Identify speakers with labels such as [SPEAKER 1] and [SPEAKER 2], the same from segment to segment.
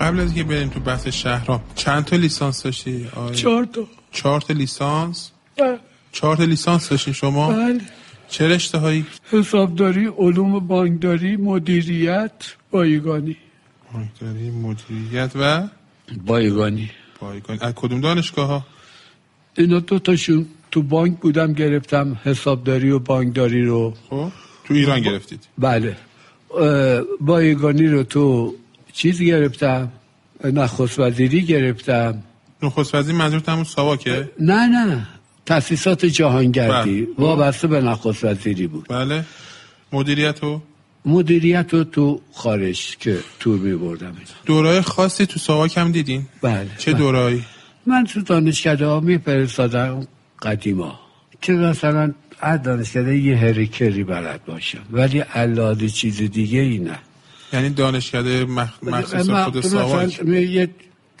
[SPEAKER 1] قبل از اینکه بریم تو بحث شهرام چند تا لیسانس داشتی آقای؟
[SPEAKER 2] چهار تا
[SPEAKER 1] چهار تا لیسانس
[SPEAKER 2] بله.
[SPEAKER 1] چهار تا لیسانس داشتی شما
[SPEAKER 2] بله
[SPEAKER 1] چه رشته هایی
[SPEAKER 2] حسابداری علوم بانکداری مدیریت بایگانی
[SPEAKER 1] بانکداری مدیریت و
[SPEAKER 2] بایگانی
[SPEAKER 1] بایگانی از کدوم دانشگاه ها
[SPEAKER 2] اینا دو تاشون تو بانک بودم گرفتم حسابداری و بانکداری رو
[SPEAKER 1] خب تو ایران گرفتید
[SPEAKER 2] بله اه، بایگانی رو تو چیز گرفتم نخست وزیری گرفتم
[SPEAKER 1] نخست وزیر منظورت همون ساواکه
[SPEAKER 2] نه نه تاسیسات جهانگردی
[SPEAKER 1] بله.
[SPEAKER 2] وابسته به نخست وزیری بود
[SPEAKER 1] بله مدیریت و
[SPEAKER 2] مدیریت رو تو خارج که تور می بردم
[SPEAKER 1] دورای خاصی تو ساواک هم دیدین
[SPEAKER 2] بله
[SPEAKER 1] چه
[SPEAKER 2] بله.
[SPEAKER 1] دورایی
[SPEAKER 2] من تو دانشکده ها می پرستادم قدیما که مثلا از دانشکده یه هریکری بلد باشم ولی علاده چیز دیگه ای نه
[SPEAKER 1] یعنی دانشکده مخ... مخصوص
[SPEAKER 2] من-
[SPEAKER 1] خود
[SPEAKER 2] مثلا
[SPEAKER 1] ساواک
[SPEAKER 2] می- یه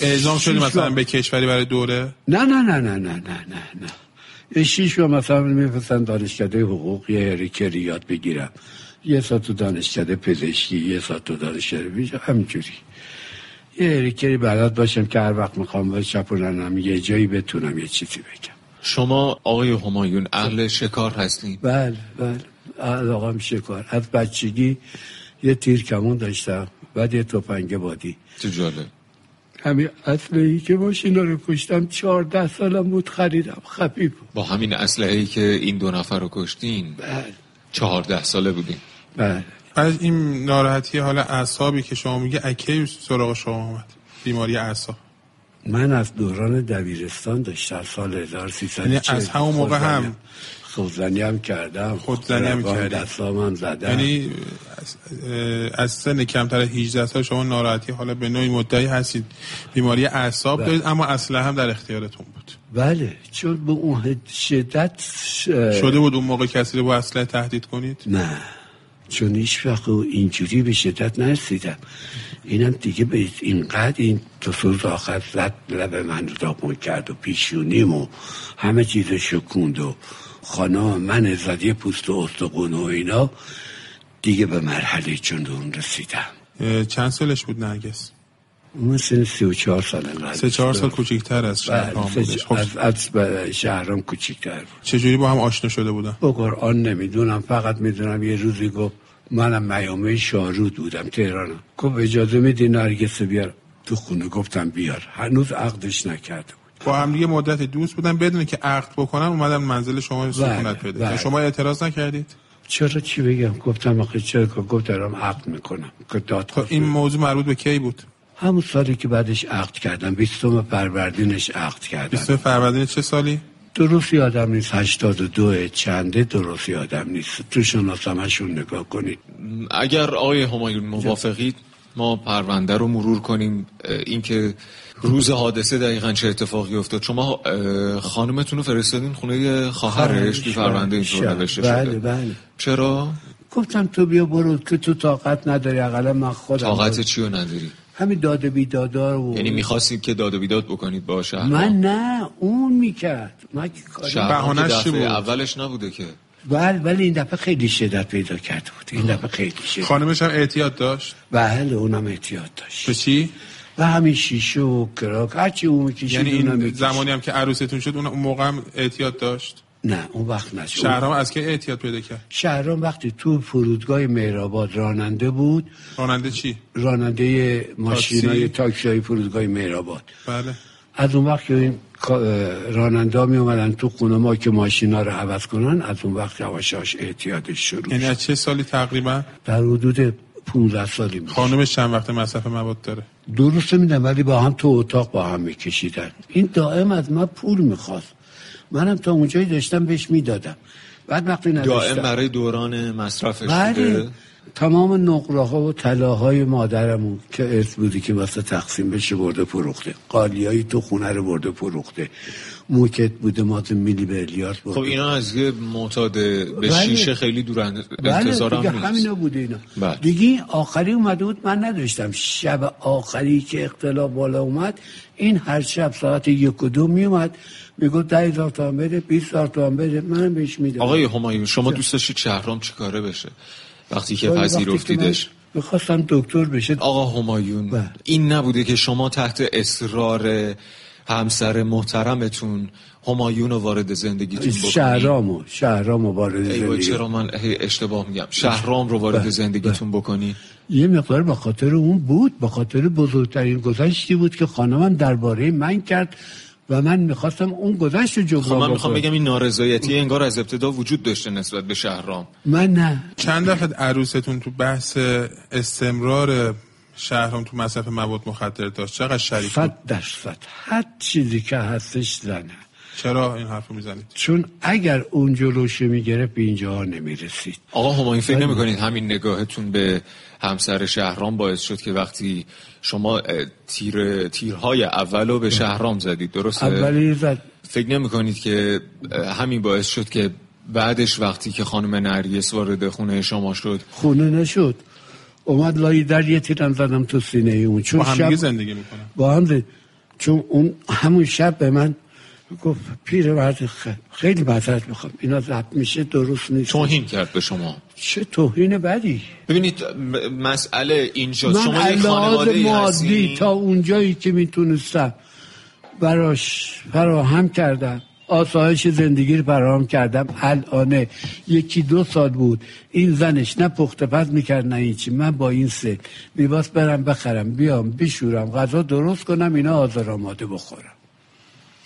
[SPEAKER 1] اعزام شدی
[SPEAKER 2] شیش
[SPEAKER 1] مثلا
[SPEAKER 2] ماه-
[SPEAKER 1] به کشوری برای دوره
[SPEAKER 2] نه نه نه نه نه نه نه نه یه شیش ماه مثلا میفرستن دانشکده حقوق یه هریکری یاد بگیرم یه ساعت تو دانشکده پزشکی یه ساعت تو دانشکده بیجا همینجوری یه هریکری بلد باشم که هر وقت میخوام بچپوننم یه جایی بتونم یه چیزی بگم
[SPEAKER 3] شما آقای همایون اهل شکار هستین
[SPEAKER 2] بله بله علاقم شکار از بچگی یه تیر کمون داشتم بعد یه تفنگ بادی
[SPEAKER 3] چه جالب
[SPEAKER 2] همین اصلی که ماشینا رو کشتم چهارده سالم بود خریدم خفیف بود
[SPEAKER 3] با همین اسلحه ای که این دو نفر رو کشتین
[SPEAKER 2] بله
[SPEAKER 3] چهارده ساله بودین
[SPEAKER 2] بله
[SPEAKER 1] از این ناراحتی حال اعصابی که شما میگه اکی سراغ شما آمد بیماری اعصاب
[SPEAKER 2] من از دوران دبیرستان داشتم سال 1300
[SPEAKER 1] یعنی از همون موقع هم؟
[SPEAKER 2] خودزنی هم کردم
[SPEAKER 1] خودزنی هم
[SPEAKER 2] خودروان
[SPEAKER 1] کردی؟
[SPEAKER 2] دستام هم زدم
[SPEAKER 1] یعنی از, اه، از سن کمتر از 18 سال شما ناراحتی حالا به نوعی مدعی هستید بیماری اعصاب دارید اما اصلا هم در اختیارتون بود
[SPEAKER 2] بله چون به اون شدت اه،
[SPEAKER 1] شده بود اون موقع کسی رو با اسلحه تهدید کنید
[SPEAKER 2] نه چون هیچ وقت او اینجوری به شدت نرسیدم اینم دیگه به اینقدر این دو سوز آخر زد لب من رو داغون کرد و پیشونیم و همه چیز شکوند و خانه من زد یه پوست و استخون و اینا دیگه به مرحله جنون رسیدم
[SPEAKER 1] اه، چند سالش بود نرگس
[SPEAKER 2] اون سن سی و چهار سال انقدر
[SPEAKER 1] سه چهار سال
[SPEAKER 2] بله،
[SPEAKER 1] کوچیک‌تر از شهرام
[SPEAKER 2] سه
[SPEAKER 1] بودش
[SPEAKER 2] چه-
[SPEAKER 1] خب
[SPEAKER 2] از, از ب- شهرام کوچیکتر بود
[SPEAKER 1] چجوری با هم آشنا شده بودن
[SPEAKER 2] با قرآن نمیدونم فقط میدونم یه روزی گفت منم میامه شارود بودم تهرانم گفت اجازه میدی نرگس رو بیار تو خونه گفتم بیار هنوز عقدش نکرده بود
[SPEAKER 1] با هم دیگه مدت دوست بودن بدون که عقد بکنن اومدن منزل شما
[SPEAKER 2] بله،
[SPEAKER 1] سکونت پیدا کردن.
[SPEAKER 2] بله.
[SPEAKER 1] شما اعتراض نکردید
[SPEAKER 2] چرا چی بگم گفتم آخه چرا که گفت دارم عقد میکنم که داد
[SPEAKER 1] خب این موضوع مربوط به کی بود
[SPEAKER 2] همون سالی که بعدش عقد کردم بیستم فروردینش عقد کردم
[SPEAKER 1] 20 فروردین چه سالی
[SPEAKER 2] درست یادم نیست هشتاد و دوه چنده درست یادم نیست تو شناسمشون نگاه کنید
[SPEAKER 1] خب،
[SPEAKER 3] اگر آقای همایون موافقید ما پرونده رو مرور کنیم اه، اینکه روز حادثه دقیقا چه اتفاقی افتاد شما اه، خانومتون رو فرستادین خونه خواهرش تو پرونده اینطور
[SPEAKER 2] شب.
[SPEAKER 3] نوشته
[SPEAKER 2] بله،
[SPEAKER 3] شده
[SPEAKER 2] بله.
[SPEAKER 3] چرا
[SPEAKER 2] گفتم تو بیا برو که تو طاقت نداری اقلا من خودم
[SPEAKER 3] طاقت چی رو نداری
[SPEAKER 2] همین داد و بیدادار و
[SPEAKER 3] یعنی میخواستید که داد و بیداد بکنید با شهر
[SPEAKER 2] بله. من نه اون میکرد من که کاری-
[SPEAKER 1] بهانه‌ش چی بود؟
[SPEAKER 3] اولش نبوده که
[SPEAKER 2] بله ولی این دفعه خیلی شدت پیدا کرده بود این دفعه خیلی شدت
[SPEAKER 1] خانمش هم اعتیاد داشت
[SPEAKER 2] بله اونم احتیاط داشت
[SPEAKER 1] به چی
[SPEAKER 2] و همین شیشه و کراک هرچی اون میکشید
[SPEAKER 1] یعنی
[SPEAKER 2] اونم
[SPEAKER 1] این
[SPEAKER 2] می‌کشید.
[SPEAKER 1] زمانی هم که عروستون شد اون اون موقع هم اعتیاد داشت
[SPEAKER 2] نه اون وقت نشد
[SPEAKER 1] شهرام از کی اعتیاد پیدا کرد
[SPEAKER 2] شهرام وقتی تو فرودگاه مهرآباد راننده بود
[SPEAKER 1] راننده چی
[SPEAKER 2] راننده ماشینای
[SPEAKER 1] تاکسی؟
[SPEAKER 2] تاکسی های فرودگاه مهرآباد
[SPEAKER 1] بله
[SPEAKER 2] از اون وقت که این راننده ها می اومدن تو خونه ما که ماشینا رو عوض کنن از اون وقت یواشاش اعتیادش شروع
[SPEAKER 1] یعنی
[SPEAKER 2] شد
[SPEAKER 1] از چه سالی تقریبا
[SPEAKER 2] در حدود 15 سالی بود
[SPEAKER 1] خانمش چند وقت مصرف مواد داره
[SPEAKER 2] درست میدم ولی با هم تو اتاق با هم میکشیدن این دائم از من پول میخواست منم تا اونجایی داشتم بهش میدادم بعد وقتی
[SPEAKER 3] دائم
[SPEAKER 2] نداشتم
[SPEAKER 3] برای دوران مصرفش
[SPEAKER 2] بله
[SPEAKER 3] بوده
[SPEAKER 2] تمام نقره ها و طلاهای مادرمون که ارث بودی که واسه تقسیم بشه برده فروخته قالیایی تو خونه رو برده فروخته موکت بوده مات میلی بلیارد برده
[SPEAKER 3] خب اینا از یه معتاد به
[SPEAKER 2] بله.
[SPEAKER 3] شیشه خیلی دور ان-
[SPEAKER 2] بله
[SPEAKER 3] انتظارم
[SPEAKER 2] دیگه
[SPEAKER 3] نیست.
[SPEAKER 2] همینا بوده اینا
[SPEAKER 3] بله.
[SPEAKER 2] دیگه این آخری اومده بود من نداشتم شب آخری که اختلاف بالا اومد این هر شب ساعت یک و دو میومد میگفت ده هزار تومن بده بیست هزار تومن بده منم بهش میدم
[SPEAKER 3] آقای همایون شما دوست داشتید شهرام چیکاره بشه وقتی که
[SPEAKER 2] ولی وقتی که
[SPEAKER 3] پذیرفتیدش
[SPEAKER 2] من میخواستم دکتر بشه
[SPEAKER 3] آقا همایون
[SPEAKER 2] بله.
[SPEAKER 3] این نبوده که شما تحت اصرار همسر محترمتون همایون رو وارد زندگیتون بکنید
[SPEAKER 2] شهرامو شهرامو وارد
[SPEAKER 3] ای وای،
[SPEAKER 2] زندگی
[SPEAKER 3] چرا من هی اشتباه میگم شهرام رو
[SPEAKER 2] بله.
[SPEAKER 3] وارد زندگیتون بکنی
[SPEAKER 2] یه مقدار به خاطر اون بود به خاطر بزرگترین گذشتی بود که خانمم درباره من کرد و من میخواستم اون گذشت رو
[SPEAKER 3] خب
[SPEAKER 2] جبران
[SPEAKER 3] من میخوام
[SPEAKER 2] بکنم.
[SPEAKER 3] بگم این نارضایتی انگار از ابتدا وجود داشته نسبت به شهرام
[SPEAKER 2] من نه
[SPEAKER 1] چند وقت عروستون تو بحث استمرار شهرام تو مصرف مواد مخدر داشت چقدر شریک بود
[SPEAKER 2] صد درصد هر چیزی که هستش زنه
[SPEAKER 1] چرا این حرف رو میزنید
[SPEAKER 2] چون اگر اون جلوشه میگرفت به اینجاها نمیرسید
[SPEAKER 3] آقا همایون فکر نمیکنید همین نگاهتون به همسر شهرام باعث شد که وقتی شما اه، تیر تیرهای اول رو به شهرام زدید درسته
[SPEAKER 2] اولی زد
[SPEAKER 3] فکر نمی کنید که اه، همین باعث شد که بعدش وقتی که خانم نرگس وارد خونه شما شد
[SPEAKER 2] خونه نشد اومد لای در یه تیرم زدم تو سینه اون چون
[SPEAKER 1] با همدیگه
[SPEAKER 2] شب
[SPEAKER 1] زندگی میکنن
[SPEAKER 2] با هم زد. چون اون همون شب به من گفت پیر مرد خ- خیلی معذرت میخوام اینا ضبط میشه درست نیست
[SPEAKER 3] توهین کرد به شما
[SPEAKER 2] چه توهین بدی
[SPEAKER 3] ببینید م- مسئله اینجا
[SPEAKER 2] من
[SPEAKER 3] شما یک
[SPEAKER 2] لحاظ
[SPEAKER 3] خانواده
[SPEAKER 2] مادی
[SPEAKER 3] هستید
[SPEAKER 2] تا اونجایی که میتونستم براش فراهم کردم آسایش زندگی رو فراهم کردم الانه یکی دو سال بود این زنش نه پخت و پز میکرد نه این چی من با این سن میباس برم بخرم بیام بشورم غذا درست کنم اینا آزار آماده بخورم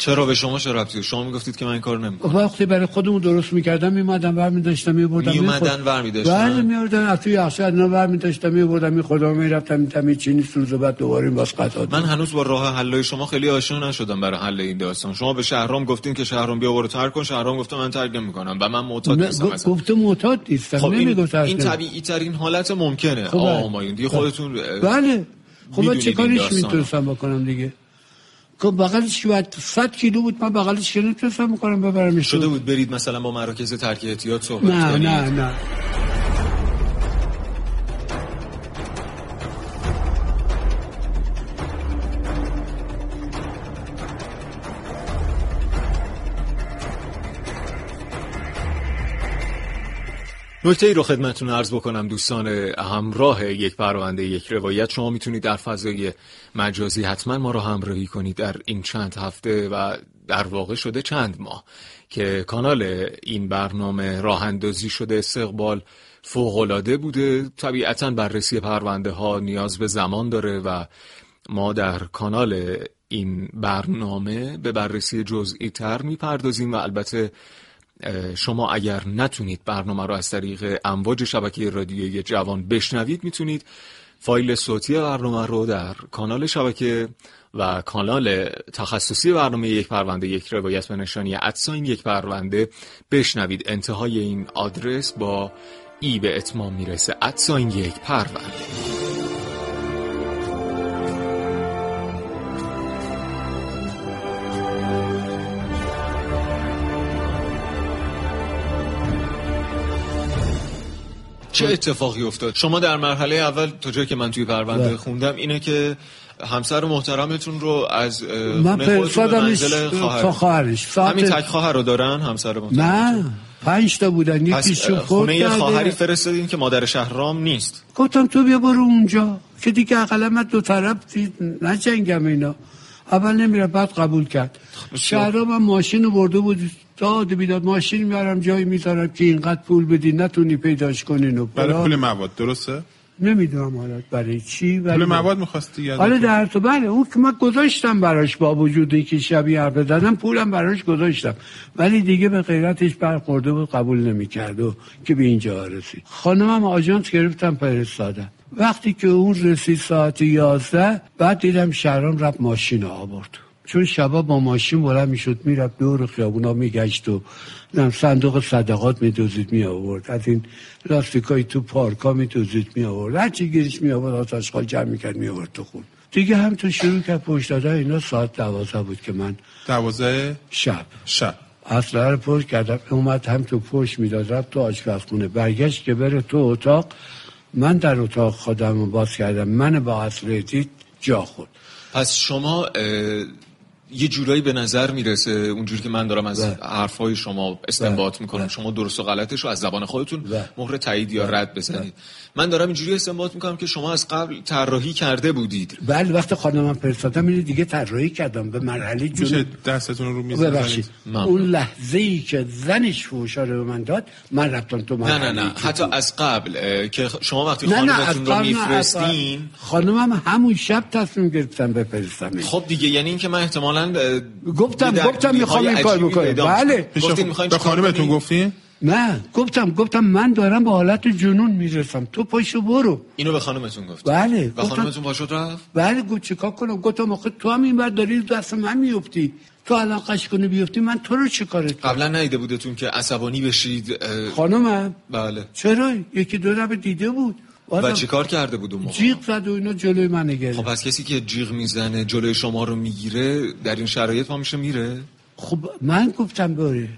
[SPEAKER 3] چرا به شما چه ربطی داشت؟ شما میگفتید که من این کار نمیکنم
[SPEAKER 2] وقتی خب، برای خودمون درست میکردم میمدم برمیداشتم میبردم
[SPEAKER 3] می‌اومدن، برمی‌داشتن؟
[SPEAKER 2] بله میوردن از توی یخچال اینا برمیداشتم میبردم می خدا میرفتم میتم چینی سوز و بعد دوباره این باز قطع
[SPEAKER 3] من هنوز با راه حلای شما خیلی آشنا نشدم برای حل این داستان شما به شهرام گفتین که شهرام بیا برو ترک کن شهرام گفته من ترک نمیکنم و من معتاد
[SPEAKER 2] نه،
[SPEAKER 3] نیستم
[SPEAKER 2] گ-
[SPEAKER 3] اصلا.
[SPEAKER 2] گفته معتاد نیستم
[SPEAKER 3] خب این,
[SPEAKER 2] نمیگفت
[SPEAKER 3] این
[SPEAKER 2] اصلا.
[SPEAKER 3] طبیعی ترین حالت ممکنه
[SPEAKER 2] خب،
[SPEAKER 3] آقا
[SPEAKER 2] بله.
[SPEAKER 3] همایون دیگه خودتون اه،
[SPEAKER 2] بله خب من
[SPEAKER 3] می‌دونید
[SPEAKER 2] چه
[SPEAKER 3] این
[SPEAKER 2] کارش
[SPEAKER 3] داستانو.
[SPEAKER 2] میتونستم بکنم دیگه خب بغلش باید 100 کیلو بود من بغلش که نمیتونستم بکنم ببرم
[SPEAKER 3] شده بود برید مثلا با مراکز ترک اعتیاد صحبت
[SPEAKER 2] نه
[SPEAKER 3] کنید
[SPEAKER 2] نه نه
[SPEAKER 3] نکته ای رو خدمتتون عرض بکنم دوستان همراه یک پرونده یک روایت شما میتونید در فضای مجازی حتما ما رو همراهی کنید در این چند هفته و در واقع شده چند ماه که کانال این برنامه راه اندازی شده استقبال فوقالعاده بوده طبیعتا بررسی پرونده ها نیاز به زمان داره و ما در کانال این برنامه به بررسی جزئی تر میپردازیم و البته شما اگر نتونید برنامه رو از طریق امواج شبکه رادیویی جوان بشنوید میتونید فایل صوتی برنامه رو در کانال شبکه و کانال تخصصی برنامه یک پرونده یک روایت به نشانی ادساین یک پرونده بشنوید انتهای این آدرس با ای به اتمام میرسه ادساین یک پرونده چه اتفاقی افتاد شما در مرحله اول تا جایی که من توی پرونده
[SPEAKER 2] بله.
[SPEAKER 3] خوندم اینه که همسر محترمتون رو از اه،
[SPEAKER 2] من
[SPEAKER 3] خونه خودتون به
[SPEAKER 2] فرستادمش
[SPEAKER 3] منزل
[SPEAKER 2] تا
[SPEAKER 3] خواهر
[SPEAKER 2] خواهرش ساعت
[SPEAKER 3] همین تک خواهر رو دارن همسر محترم
[SPEAKER 2] نه پنج تا بودن
[SPEAKER 3] پس
[SPEAKER 2] یکیشو
[SPEAKER 3] اه،
[SPEAKER 2] خود
[SPEAKER 3] خونه یه
[SPEAKER 2] کرده
[SPEAKER 3] خواهری فرستادین که مادر شهرام نیست
[SPEAKER 2] گفتم تو بیا برو اونجا که دیگه اقلا من دو طرف دید نجنگم اینا اول نمیره بعد قبول کرد
[SPEAKER 1] خب،
[SPEAKER 2] شهرام هم ماشین رو برده بود داد بیداد ماشین میارم جایی میذارم که اینقدر پول بدی نتونی پیداش کنین و
[SPEAKER 1] برای
[SPEAKER 2] فلان.
[SPEAKER 1] بله، پول مواد درسته
[SPEAKER 2] نمیدونم حالا برای چی ولی
[SPEAKER 1] پول مواد میخواست دیگه از
[SPEAKER 2] حالا
[SPEAKER 1] اون-
[SPEAKER 2] در تو بله اون که من گذاشتم براش با وجود اینکه شبیه حرف زدم پولم براش گذاشتم ولی دیگه به غیرتش برخورده بود قبول نمیکرد و که به اینجا رسید خانمم آژانس گرفتم فرستادم وقتی که اون رسید ساعت 11 بعد دیدم شهرام رفت ماشین رو آورد چون شبا با ماشین بلند میشد میرفت دور خیابونا میگشت و نم صندوق صدقات میدوزید می آورد از این لاستیکای تو پارکا میدوزید می آورد هر چی گیرش می آورد آتاشخال جمع میکرد می آورد تو خون دیگه همینطور شروع کرد پشت دادن اینا ساعت دوازده بود که من
[SPEAKER 1] دوازده
[SPEAKER 2] شب
[SPEAKER 1] شب
[SPEAKER 2] اصلا رو پشت کردم اومد هم تو پشت میداد رفت تو آشپزخونه برگشت که بره تو اتاق من در اتاق خودم رو باز کردم من با اصله دید جا خود
[SPEAKER 3] پس شما اه، یه جورایی به نظر میرسه اونجوری که من دارم از
[SPEAKER 2] بله.
[SPEAKER 3] حرفهای شما استنباط میکنم
[SPEAKER 2] بله.
[SPEAKER 3] شما درست و غلطش رو از زبان خودتون
[SPEAKER 2] بله.
[SPEAKER 3] مهر تایید یا رد بزنید من دارم اینجوری استنباط میکنم که شما از قبل طراحی کرده بودید
[SPEAKER 2] بله وقت خانمم فرستادم اینو دیگه طراحی کردم به مرحله
[SPEAKER 1] میشه
[SPEAKER 2] جنون
[SPEAKER 1] دستتون رو رو میز
[SPEAKER 2] ببخشید
[SPEAKER 1] بزنید؟
[SPEAKER 3] ممنون.
[SPEAKER 2] اون لحظه ای که زنش فوشاره به من داد من رفتم تو
[SPEAKER 3] نه
[SPEAKER 2] مرحله
[SPEAKER 3] نه نه
[SPEAKER 2] جنون.
[SPEAKER 3] حتی از قبل اه، که شما وقتی
[SPEAKER 2] نه نه از
[SPEAKER 3] خانمتون رو
[SPEAKER 2] قبل نه، از قبل.
[SPEAKER 3] میفرستین
[SPEAKER 2] خانمم همون شب تصمیم گرفتم بفرستم
[SPEAKER 3] خب دیگه یعنی اینکه من احتمالاً اه،
[SPEAKER 2] گفتم-
[SPEAKER 3] یه
[SPEAKER 2] گفتم
[SPEAKER 3] درگیری‌های
[SPEAKER 2] می‌خوام این کار
[SPEAKER 3] عجیبی
[SPEAKER 2] بکنم.
[SPEAKER 3] پیدا می‌شه.
[SPEAKER 2] بله.
[SPEAKER 1] پیش خ-
[SPEAKER 3] گفتین می‌خواین
[SPEAKER 1] خب، به
[SPEAKER 3] چیکار
[SPEAKER 1] خانمتون
[SPEAKER 3] کنین؟
[SPEAKER 1] گفتین
[SPEAKER 2] نه گفتم گفتم من دارم به حالت جنون میرسم تو پاشو برو
[SPEAKER 3] اینو به خانمتون گفت
[SPEAKER 2] بله
[SPEAKER 3] و
[SPEAKER 2] گفتم
[SPEAKER 3] خانمتون پاشد رفت
[SPEAKER 2] بله گفت چیکار کنم گفتم آخه تو هم این بر داری دست من میفتی تو الان قش کنی بیفتی من تو رو چه کارت کنم؟
[SPEAKER 3] قبلا ندیده بودتون که عصبانی بشید اه،
[SPEAKER 2] خانمم
[SPEAKER 3] بله
[SPEAKER 2] چرا یکی دو دفعه دیده بود
[SPEAKER 3] و
[SPEAKER 2] آدم
[SPEAKER 3] چیکار کرده بود اون موقع
[SPEAKER 2] جیغ زد و اینا جلوی من نگرد
[SPEAKER 3] خب
[SPEAKER 2] خب,
[SPEAKER 3] پس کسی که جیغ میزنه جلوی شما رو میگیره در این شرایط ما میشه میره
[SPEAKER 2] خب، من گفتم بره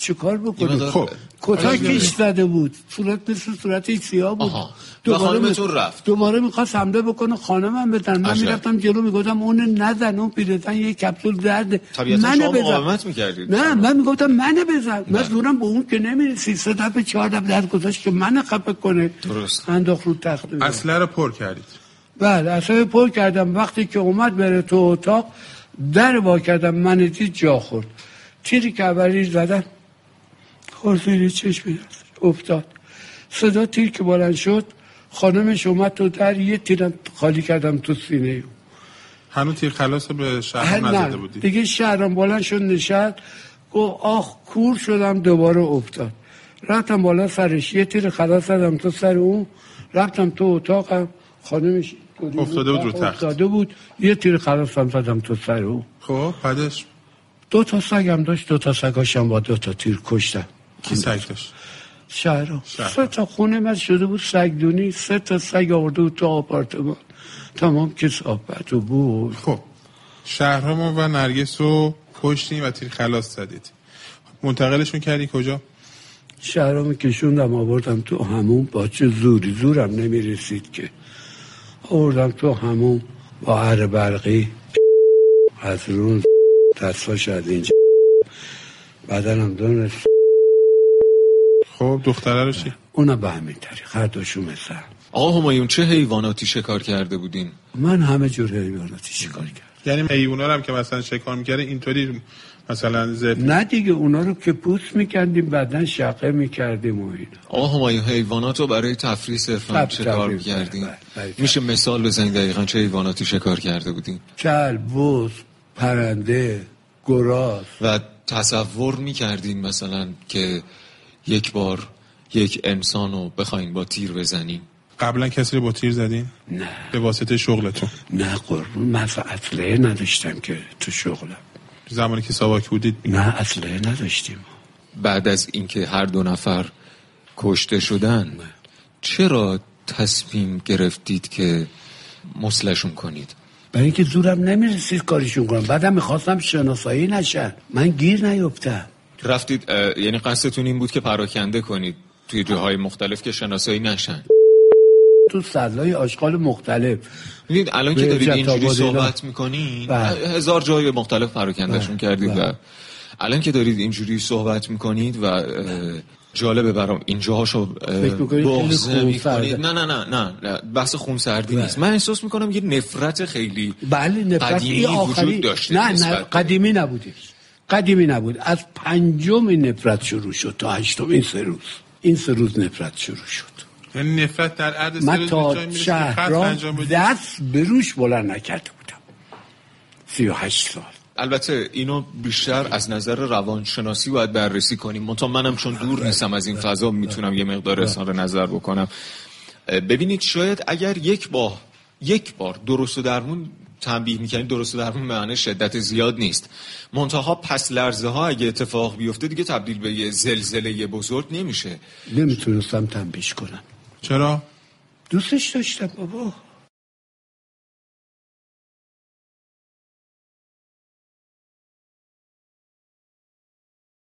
[SPEAKER 2] چیکار
[SPEAKER 3] یه
[SPEAKER 2] بکنی
[SPEAKER 3] مقدار-
[SPEAKER 1] خب.
[SPEAKER 2] کتا
[SPEAKER 3] آره،
[SPEAKER 2] کش
[SPEAKER 3] میره.
[SPEAKER 2] زده بود صورت مثل صورت سیاه بود
[SPEAKER 3] آها. و خانمتون رفت.
[SPEAKER 2] دوباره میخواست حمله بکنه خانمم بزن من
[SPEAKER 3] عجب.
[SPEAKER 2] میرفتم جلو میگفتم اون نزن اون پیرزن یه کپسول درده
[SPEAKER 3] طبیعتا
[SPEAKER 2] منو
[SPEAKER 3] شما
[SPEAKER 2] بزن.
[SPEAKER 3] مقاومت می‌کردید.
[SPEAKER 2] نه من میگفتم منو بزن من زورم به اون که نمیرسی سه دفعه چهار دفعه درد گذاشت که منو خفه کنه
[SPEAKER 3] درست.
[SPEAKER 2] انداخت رو تخت
[SPEAKER 1] اصله رو پر کردید
[SPEAKER 2] بله اصلا پر کردم وقتی که اومد بره تو اتاق در وا کردم من دید جا خورد تیری که اولی زدن خورد زیر چشم افتاد صدا تیر که بلند شد خانمش اومد تو در یه تیرم خالی کردم تو سینه او
[SPEAKER 1] هنوز تیر خلاص رو به شهر
[SPEAKER 2] هر
[SPEAKER 1] نزده
[SPEAKER 2] نه.
[SPEAKER 1] بودید
[SPEAKER 2] دیگه شهرم بلند شد نشد گفت آخ کور شدم دوباره افتاد رفتم بالا سرش یه تیر خلاص زدم تو سر اون رفتم تو اتاقم خانمش گریز
[SPEAKER 1] افتاده بود رو تخت.
[SPEAKER 2] افتاده بود یه تیر خلاص هم زدم تو سر اون
[SPEAKER 1] خب بعدش
[SPEAKER 2] دو تا سگم داشت دو تا سگاشم با دو تا تیر کشتم
[SPEAKER 1] کی سگ داشت
[SPEAKER 2] شهرام
[SPEAKER 1] شهرام.
[SPEAKER 2] سه تا خونه من شده بود سگدونی سه تا سگ آورده بود تو آپارتمان تمام کسافت و بود
[SPEAKER 1] خب شهرام و نرگس رو کشتین و تیر خلاص زدید منتقلشون کردی کجا
[SPEAKER 2] شهرام کشوندم آوردم تو همون با چه زوری زورم نمیرسید که آوردم تو همون با هر برقی از رون دستاش از اینجا بدنم دون
[SPEAKER 1] خب دختره رو چی
[SPEAKER 2] اونم به همین طریق هر دوشون مثل هم.
[SPEAKER 3] آقا همایون چه حیواناتی شکار کرده بودین
[SPEAKER 2] من همه جور حیواناتی شکار کردم
[SPEAKER 1] یعنی حیونا رو هم که مثلا شکار میکرده اینطوری مثلا زب
[SPEAKER 2] نه دیگه اونا رو که پوست میکردیم بعدا شقه میکردیم و اینا
[SPEAKER 3] آقا همایون حیوانات رو برای تفریح صرفا
[SPEAKER 2] تفریح بله،
[SPEAKER 3] شکار
[SPEAKER 2] برای-
[SPEAKER 3] میکردین
[SPEAKER 2] برای- برای-
[SPEAKER 3] میشه مثال بزنید دقیقا چه حیواناتی شکار کرده بودین
[SPEAKER 2] کلب بز پرنده گراز
[SPEAKER 3] و تصور میکردین مثلا که یک بار یک انسان رو بخواین با تیر بزنین
[SPEAKER 1] قبلا کسی رو با تیر زدین
[SPEAKER 2] نه
[SPEAKER 1] به واسطه شغلتون
[SPEAKER 2] نه قربون من اصلا اسلحه نداشتم که تو شغلم
[SPEAKER 1] زمانی که ساواک بودید
[SPEAKER 2] نه اسلحه نداشتیم
[SPEAKER 3] بعد از اینکه هر دو نفر کشته شدن چرا تصمیم گرفتید که مسلشون کنید
[SPEAKER 2] برای اینکه زورم نمیرسید کارشون کنم بعدم میخواستم شناسایی نشن من گیر نیفتم
[SPEAKER 3] رفتید اه، یعنی قصدتون این بود که پراکنده کنید توی جاهای مختلف که شناسایی نشن
[SPEAKER 2] تو سلای آشغال مختلف
[SPEAKER 3] ببینید الان که
[SPEAKER 2] به
[SPEAKER 3] دارید
[SPEAKER 2] جت
[SPEAKER 3] اینجوری
[SPEAKER 2] آباد اینا.
[SPEAKER 3] صحبت میکنین
[SPEAKER 2] بله.
[SPEAKER 3] هزار جای مختلف پراکندهشون کردید و الان که دارید اینجوری صحبت میکنید و اه، جالبه برام اینجاهاشو اه،
[SPEAKER 2] فکر می‌کنید خیلی
[SPEAKER 3] بغض
[SPEAKER 2] خونسرده.
[SPEAKER 3] می‌کنید. نه نه نه نه نه بحث خونسردی نیست من احساس میکنم یه نفرت خیلی
[SPEAKER 2] بله نفرت
[SPEAKER 3] قدیمی
[SPEAKER 2] این آخری
[SPEAKER 3] وجود داشته
[SPEAKER 2] نه نه
[SPEAKER 3] نسبت به-
[SPEAKER 2] قدیمی نبودش قدیمی نبود از پنجم این نفرت شروع شد تا هشتم این سه روز این سه روز نفرت شروع شد
[SPEAKER 1] یعنی نفرت در عرض سه
[SPEAKER 2] من
[SPEAKER 1] روز به جای
[SPEAKER 2] تا
[SPEAKER 1] می‌رسه که قتل
[SPEAKER 2] شهرام
[SPEAKER 1] انجام بدید.
[SPEAKER 2] دست به روش بلند نکرده بودم سی و هشت سال
[SPEAKER 3] البته اینو بیشتر از نظر روانشناسی باید بررسی کنیم منتها منم چون دور نیستم از این فضا میتونم یه مقدار اظهار نظر بکنم اه، ببینید شاید اگر یک بار یک بار درست و درمون تنبیه میکنید درست و درمون به معنی شدت زیاد نیست منتها پس لرزه ها اگه اتفاق بیفته دیگه تبدیل به یه زلزله بزرگ نمیشه
[SPEAKER 2] نمیتونستم تنبیش کنم
[SPEAKER 1] چرا
[SPEAKER 2] دوستش داشتم بابا